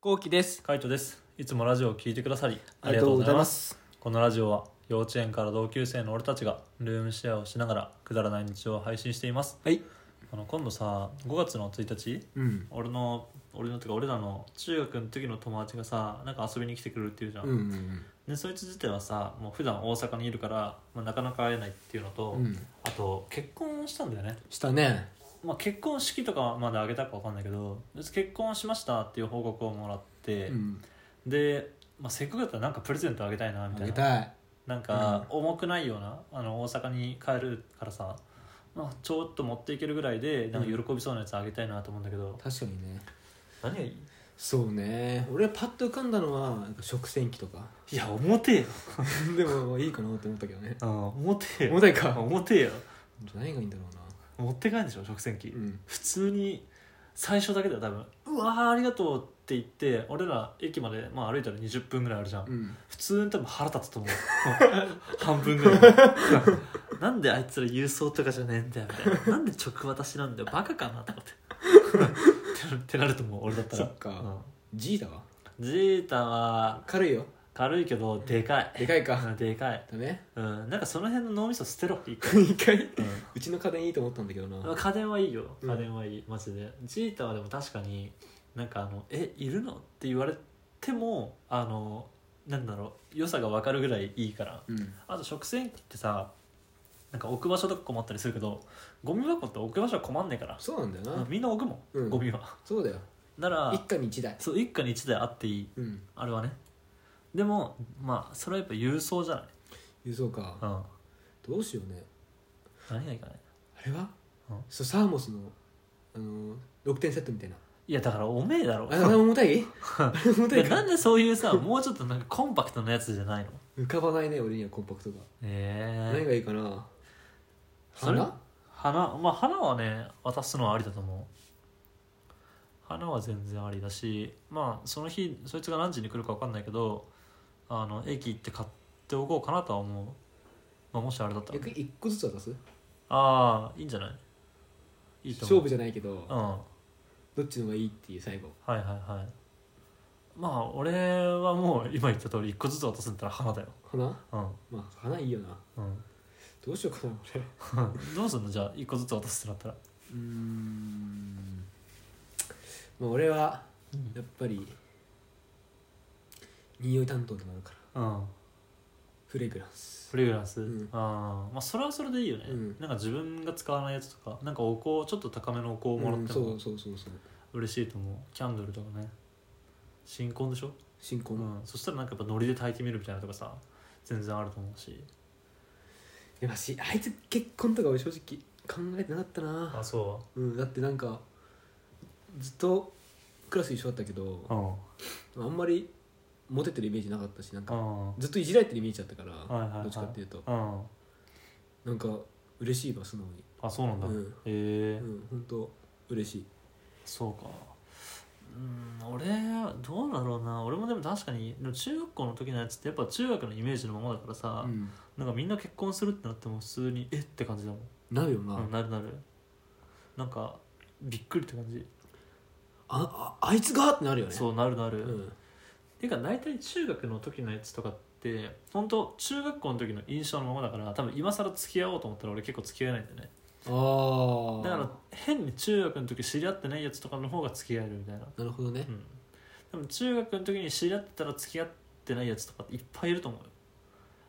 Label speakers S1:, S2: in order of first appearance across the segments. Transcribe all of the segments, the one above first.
S1: こうきです。
S2: カイトですいつもラジオを聞いてくださり
S1: ありがとうございます。
S2: このラジオは幼稚園から同級生の俺たちがルームシェアをしながらくだらない日常を配信しています
S1: はい。
S2: あの今度さ5月の1日
S1: うん。
S2: 俺の俺のとか俺らの中学の時の友達がさなんか遊びに来てくれるっていうじゃん、
S1: うん。
S2: でそいつ自体はさもう普段大阪にいるから、まあ、なかなか会えないっていうのと、
S1: うん。
S2: あと結婚したんだよね、
S1: したね。
S2: まあ、結婚式とかまであげたかわかんないけど結婚しましたっていう報告をもらって、
S1: うん。
S2: で、まあ、せっかくだったらなんかプレゼントあげたいなみ
S1: あ
S2: た
S1: げ
S2: いな
S1: たい。
S2: なんか重くないようなあの大阪に帰るからさ、まあ、ちょっと持っていけるぐらいでなんか喜びそうなやつあげたいなと思うんだけど、
S1: 確かにね。
S2: 何がいい
S1: そうね。俺パッと浮かんだのは、なんか食洗機と か。
S2: いや表よ、
S1: でも、いいかなって思ったけどね。
S2: うん、表よ
S1: 重たいか。
S2: 表よ
S1: 何がいいんだろうな。
S2: 持って帰るんでしょ食洗機、
S1: うん。
S2: 普通に最初だけだよ多分うわーありがとうって言って俺ら駅まで、まあ、歩いたら20分ぐらいあるじゃん、
S1: うん。
S2: 普通に多分腹立つと 思う半分ぐらいなんであいつら郵送とかじゃねえんだよみたいななんで直渡しなんだよバカかなと思ってってなって なると思う俺だったら
S1: そっか G だわ。
S2: うんジータは
S1: 軽いよ。
S2: 軽いけどでかい
S1: でかいか。
S2: うんでかい、
S1: ダメ
S2: うん、なんかその辺の脳みそ捨てろ一回、
S1: 一回。
S2: うん
S1: うちの家電いいと思ったんだけどな。
S2: 家電はいいよ
S1: うん
S2: 家電はいい、マジでジータはでも確かになんかあの「えいるの?」って言われてもあのなんだろう良さが分かるぐらいいいから
S1: うん。
S2: あと食洗機ってさなんか置く場所とか困ったりするけどゴミ箱って置く場所は困んねえから
S1: そうなんだよな。
S2: みんな置くもん、
S1: うん
S2: ゴミは
S1: そうだよ。
S2: なら
S1: 一家に一台。
S2: そう一家に一台あっていい
S1: うん。
S2: あれはねでもまあそれはやっぱ郵送じゃない
S1: 輸送か
S2: う。ん
S1: どうしようね。
S2: 何がいいかね
S1: あれは
S2: うん
S1: そうサーモスの、あのー、6点セットみ たいな。
S2: いやだからおめえだろ
S1: あれ重たいあれ重たい
S2: でな
S1: か
S2: んでそういうさもうちょっとなんかコンパクトなやつじゃないの
S1: 浮かばないね俺にはコンパクトが、何
S2: ええ
S1: がいいかな
S2: それ
S1: 花
S2: 花まあ花はね渡すのはありだと思う花は全然ありだしまあその日そいつが何時に来るか分かんないけどあの駅行って買っておこうかなとは思う、まあ、もしあれだったら
S1: 逆に1個ずつ渡す
S2: ああいいんじゃないいいと
S1: 勝
S2: 思う
S1: 負じゃないけど
S2: うんは
S1: どっちの方がいいっていう最後
S2: いはいはいまあ俺はもう今言った通り一個ずつ渡すんだったら花だよ
S1: 花
S2: うん
S1: まあ花いいよな
S2: うん
S1: どうしようかな俺う
S2: どうすんのじゃあ一個ずつ渡すってなったら
S1: ーんまあ俺は
S2: うん
S1: やっぱり匂い担当でもあるから
S2: うん
S1: フレグランス
S2: フレグランス、
S1: うん
S2: ああまあそれはそれでいいよね、
S1: うん
S2: なんか自分が使わないやつとかなんかお香ちょっと高めのお香をもらっ
S1: うん
S2: て
S1: そ
S2: も
S1: うそうそうそう
S2: 嬉しいと思う、キャンドルとかね新婚でしょ、
S1: 新
S2: う
S1: 婚、
S2: んそしたらなんかやっぱノリで炊いてみるみたいなとかさ全然あると思うし
S1: やましあいつ結婚とか俺正直考えてなかったな
S2: あそ
S1: うん、だってなんかずっとクラス一緒だったけど
S2: ううん
S1: あんまりモテてるイメージなかったしなん
S2: う
S1: か
S2: ん
S1: ずっといじられてるイメージだったから、
S2: いはいはい
S1: どっちかっていうと
S2: うん
S1: なんか嬉しいわ素直に
S2: あそうなんだ、
S1: うん
S2: へえ
S1: うん本当嬉しい
S2: そうかうん俺どうだろうな俺もでも確かにでも中学校の時のやつってやっぱ中学のイメージのままだからさ、
S1: うん
S2: なんかみんな結婚するってなっても普通にえって感じだもん
S1: なるよな、
S2: うん、なるなるなんかびっくりって感じ
S1: あああいつがってなるよね
S2: そうなるなる、
S1: う
S2: っ
S1: ん
S2: ていうか大体中学の時のやつとかって本当中学校の時の印象のままだから多分今更付き合おうと思ったら俺結構付き合えないんだよね
S1: ああ
S2: だから変に中学の時知り合ってないやつとかの方が付き合えるみたいな
S1: なるほどね
S2: う、ん多分中学の時に知り合ってたら付き合ってないやつとかっていっぱいいると思うよ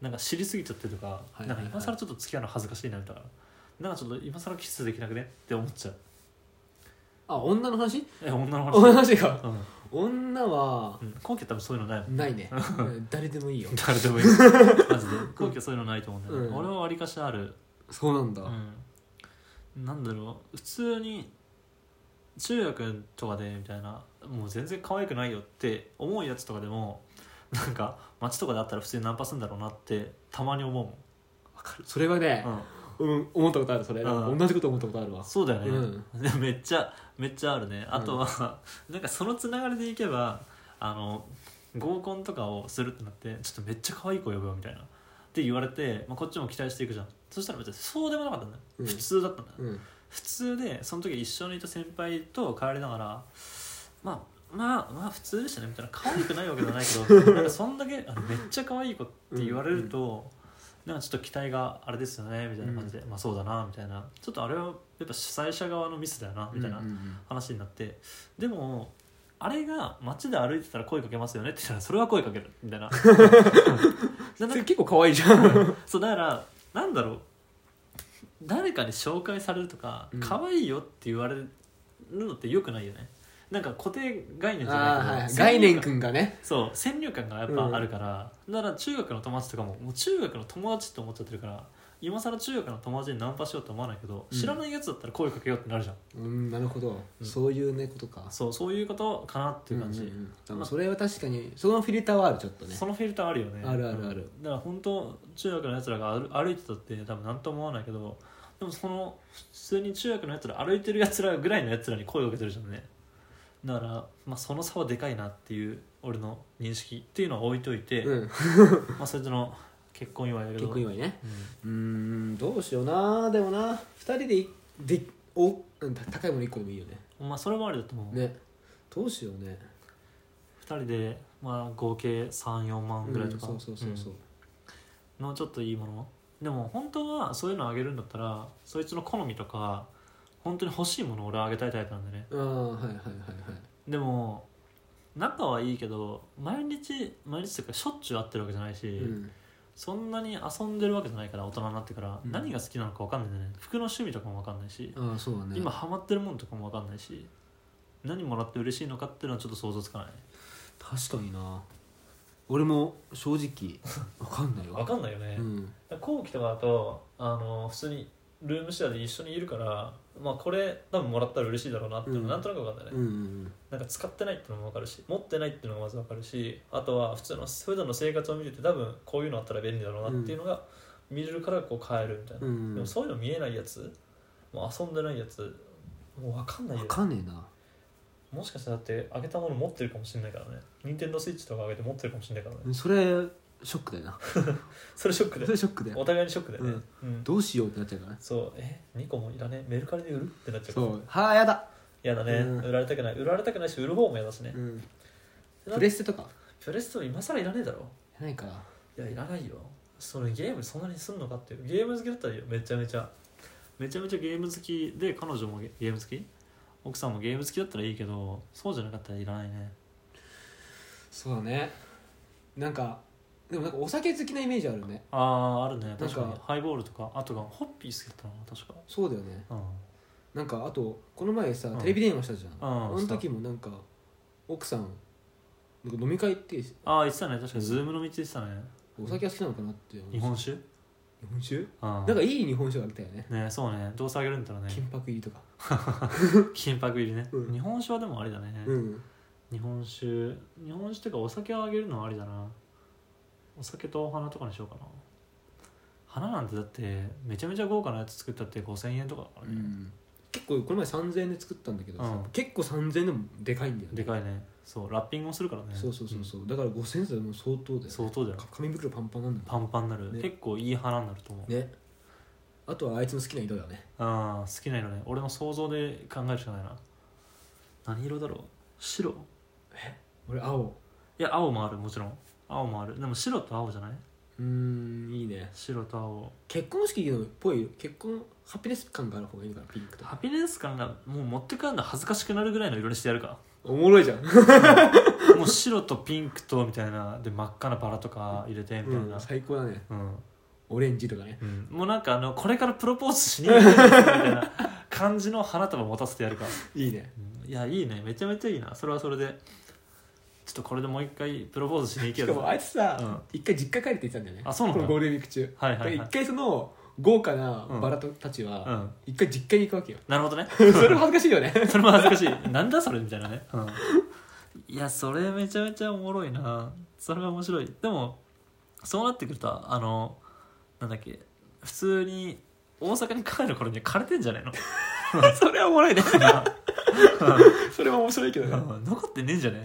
S2: なんか知りすぎちゃってとか、
S1: いはいはい
S2: なんか今更ちょっと付き合うの恥ずかしいなみたいななんかちょっと今更キスできなくねって思っちゃう
S1: あ女の話
S2: え女の話
S1: 女の話か
S2: うん
S1: 女は
S2: うん、後期は多分そういうのないもん
S1: ないねうん誰でもいいよ
S2: 誰でもい いマジで後期はそういうのないと思うんだよね、
S1: うん
S2: 俺はわりかしある、
S1: そうなんだ、
S2: うん、なんだろう普通に中学とかでみたいなもう全然可愛くないよって思うやつとかでもなんか街とかであったら普通にナンパするんだろうなってたまに思うもん
S1: それはね、
S2: う
S1: うん、思ったことあるそれ、なんか
S2: うん
S1: 同じこと思ったことあるわ
S2: ん、そうだよね、
S1: う
S2: めっちゃめっちゃあるねあとは、 なんかそのつながりでいけばあの合コンとかをするってなってちょっとめっちゃ可愛い子呼ぶよみたいなって言われて、まあ、こっちも期待していくじゃんそしたら別にそうでもなかったんだよ、
S1: うん
S2: 普通だったんだよ、
S1: うん
S2: 普通でその時一緒にいた先輩と帰りながらまあまあまあ普通でしたねみたいな可愛くないわけじゃないけ どなんかそんだけあのめっちゃ可愛い子って言われると、なんかちょっと期待があれですよねみたいな感じで、まあそうだなみたいなちょっとあれはやっぱ主催者側のミスだよなみたいな
S1: うんうんうん
S2: 話になって、でもあれが街で歩いてたら声かけますよねって言ったらそれは声かけるみたいなじゃな
S1: そ
S2: く
S1: れ結構可愛いじゃん
S2: そうだからなんだろう誰かに紹介されるとか、
S1: うん
S2: 可愛いよって言われるのってよくないよねなんか固定概念じゃ
S1: あー
S2: ない
S1: はい
S2: け ど、
S1: 概念
S2: 先入観
S1: 君がね
S2: そう先入観がやっぱあるから、だから中学の友達とかももう中学の友達って思っちゃってるから今更中学の友達にナンパしようと思わないけど、
S1: うん
S2: 知らないやつだったら声かけようってなるじゃん
S1: うんなるほど、
S2: うん
S1: そういうねことか
S2: そうそういうことかなっていう感じ、
S1: んんんでもそれは確かにそのフィルターはあるちょっとね
S2: そのフィルターあるよね
S1: あるあるある
S2: うんだから本当中学のやつらが歩歩いてたって多分何とも思わないけどでもその普通に中学のやつら歩いてるやつらぐらいのやつらに声をかけてるじゃんねだから、まあ、その差はでかいなっていう俺の認識っていうのは置いといて、
S1: うん
S2: まあそいつの結婚祝いだけど
S1: 結婚祝いね
S2: うん
S1: うーんどうしようなでもな2人でいでおうんた高いもの1個でもいいよね
S2: まあそれもありだと思う、
S1: ねどうしようね
S2: 2人で、まあ、合計34万ぐらいとか、
S1: うんそうそうそうそう、
S2: のちょっといいものでも本当はそういうのあげるんだったらそいつの好みとか本当に欲しいものを俺はあげたいタイプなんだね
S1: ああはいはいはいはい
S2: でも仲はいいけど毎日毎日というかしょっちゅう会ってるわけじゃないし、
S1: うん
S2: そんなに遊んでるわけじゃないから大人になってから、
S1: うん
S2: 何が好きなのか分かんないんだよね服の趣味とかも分かんないし、
S1: ああそうだね
S2: 今ハマってるものとかも分かんないし何もらって嬉しいのかっていうのはちょっと想像つかない
S1: 確かにな俺も正直わかんないわ
S2: 分かんないよね、
S1: うん
S2: 後期とかだとあの普通にルームシェアで一緒にいるから、まあ、これ多分もらったら嬉しいだろうなっていうの
S1: うん
S2: がなんとなく分かんないね、
S1: うんうん
S2: なんか使ってないっていうのも分かるし持ってないっていうのがまず分かるしあとは普通の普段の生活を見てて多分こういうのあったら便利だろうなっていうのが見れるからこう変えるみたいな、
S1: うんうん
S2: でもそういうの見えないやつもう遊んでないやつもう分かんない
S1: わ
S2: よ
S1: かんねえな
S2: もしかしたらだってあげたもの持ってるかもしれないからね任天堂スイッチとかあげて持ってるかもしれないからね、
S1: それショックだ よな
S2: それショック
S1: そ
S2: で
S1: れショックだよ
S2: お互いにショックだよね、うん
S1: どうしようってなっちゃう からね
S2: そうえ2個もいらねメルカリで売るってなっちゃうか
S1: そ
S2: ら
S1: うはあやだ、
S2: 嫌だね、
S1: うん
S2: 売られたくない売られたくないし売る方も嫌だしね、
S1: うん、プ
S2: プレ
S1: レステとか
S2: プレステも今更いらねえだろ
S1: ないか
S2: いやいらないよそれゲームそんなにすんのかっていうゲーム好きだったらいいよめちゃめちゃめちゃめちゃゲーム好きで彼女もゲゲーム好き奥さんもゲーム好きだったらいいけどそうじゃなかったらいらないね
S1: そうだねなんかでもなんかお酒好きなイメージあるね
S2: あああるね
S1: んか
S2: 確かにハイボールとかあとがホッピー好きだったな確か
S1: そうだよね
S2: うん
S1: なんかあとこの前さ
S2: うん
S1: テレビ電話したじゃん、
S2: あ
S1: あの時もなんか奥さんなんか飲み会って
S2: あー言ってたね確かにズームの道言ってたね
S1: お酒は好きなのかなって思う
S2: 日本酒
S1: 日本
S2: あ
S1: 酒なんかいい日本酒があったよね
S2: ねそうねどうせあげるんだったらね
S1: 金箔入りとか
S2: 金箔入りね、
S1: うん
S2: 日本酒はでもありだね、
S1: うん
S2: 日本酒日本酒っていうかお酒をあげるのはありだなお酒とお花とかにしようかな花なんてだってめちゃめちゃ豪華なやつ作ったって5000円とかだからね、
S1: 結構この前3000円で作ったんだけどさ、
S2: うん
S1: 結構3000円でもでかいんだよね
S2: でかいねそうラッピングをするからね
S1: そうそうそうそう、だから5000円だともう相当だよ、
S2: うん
S1: ね、
S2: 相当だよ
S1: か紙袋パンパンなんだ
S2: パンパンになる、
S1: ね
S2: 結構いい花になると思う、
S1: ねあとはあいつの好きな色だよね
S2: ああ好きな色ね俺の想像で考えるしかないな何色だろう白
S1: 俺青
S2: いや青もあるもちろん青もあるでも白と青じゃないう
S1: ーんいいね
S2: 白と青
S1: 結婚式のっぽい結婚ハピネス感がある方がいいのかなピンクとか
S2: ハピネス感がもう持って帰るの恥ずかしくなるぐらいの色にしてやるか
S1: おもろいじゃん、
S2: もう白とピンクとみたいなで真っ赤なバラとか入れてみた
S1: う
S2: い
S1: ん
S2: な
S1: 最高だね
S2: うん、
S1: オレンジとかね
S2: うんもうなんかあのこれからプロポーズしに行くんですよみたいな感じの花束持たせてやるか、
S1: いいね
S2: うんいやいいねめちゃめちゃいいなそれはそれでちょっとこれでもう一回プロポーズしに行け
S1: し
S2: る
S1: かもあいつさ、
S2: うん
S1: 一回実家帰るって言ってたんだよね
S2: あそうなんだ
S1: このゴールデンウィーク中
S2: はい
S1: だから
S2: はい
S1: 一、
S2: はい、
S1: 回その豪華なバラとたち
S2: う
S1: は
S2: ん、
S1: 一回実家に行くわけよ
S2: なるほどね
S1: それも恥ずかしいよね
S2: それも恥ずかしいなんだそれみたいなね、うん、いやそれめちゃめちゃおもろいなそれは面白いでもそうなってくるとあのなんだっけ普通に大阪に帰る頃には枯れてんじゃないの
S1: それはおもろいねそれは面白いけどね
S2: うん残ってねえんじゃね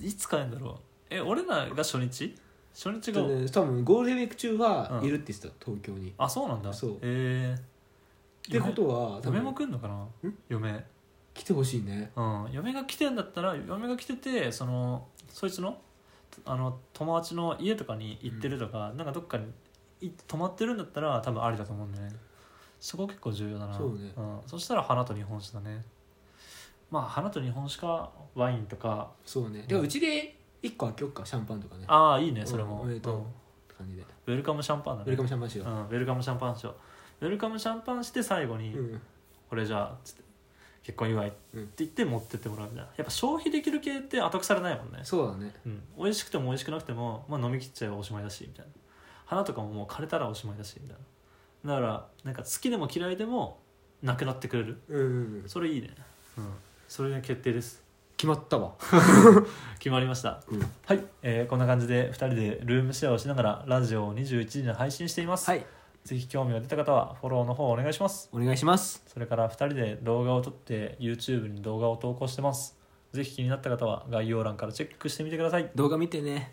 S2: いいつ帰るんだろうえ俺らが初日初日が、
S1: でね多分ゴールデンウィーク中は
S2: うん
S1: いるって言ってた東京に
S2: あそうなんだ
S1: そう
S2: ええ
S1: ってことは
S2: 嫁
S1: 多
S2: 嫁
S1: 分
S2: も来んのかな嫁
S1: 来てほしいね
S2: うん、嫁が来てんだったら嫁が来ててそのそいつのあの友達の家とかに行ってるとか、なんかどっかにい泊まってるんだったら多分ありだと思うんだよねそこ結構重要だな
S1: そうね
S2: ん、そしたら花と日本酒だねまあ花と日本酒かワインとか
S1: そうねでもうちで1個開けよっかシャンパンとかね
S2: ああいいねそれも、
S1: うんおめでとう
S2: うん
S1: って感じで
S2: ウェルカムシャンパンだね
S1: ウェルカムシャンパンしよ
S2: うん、ウェルカムシャンパンしようウェルカムシャンパンして最後
S1: う
S2: に、
S1: うん
S2: これじゃあつって結婚祝いって
S1: うん
S2: 言って持ってってもらうみたいなやっぱ消費できる系って後腐れないもんね
S1: そうだね
S2: うん、美味しくても美味しくなくても、まあ、飲み切っちゃえばおしまいだしみたいな花とかももう枯れたらおしまいだしみたいなだからなんか好きでも嫌いでもなくなってくれる
S1: うんうんうん
S2: それいいね、うん、それが決定です
S1: 決まったわ
S2: 決まりました
S1: うん
S2: はい、えーこんな感じで2人でルームシェアをしながらラジオを21時に配信しています、
S1: はい
S2: ぜひ興味が出た方はフォローの方お願いします
S1: お願いします
S2: それから2人で動画を撮って YouTube に動画を投稿してますぜひ気になった方は概要欄からチェックしてみてください
S1: 動画見てね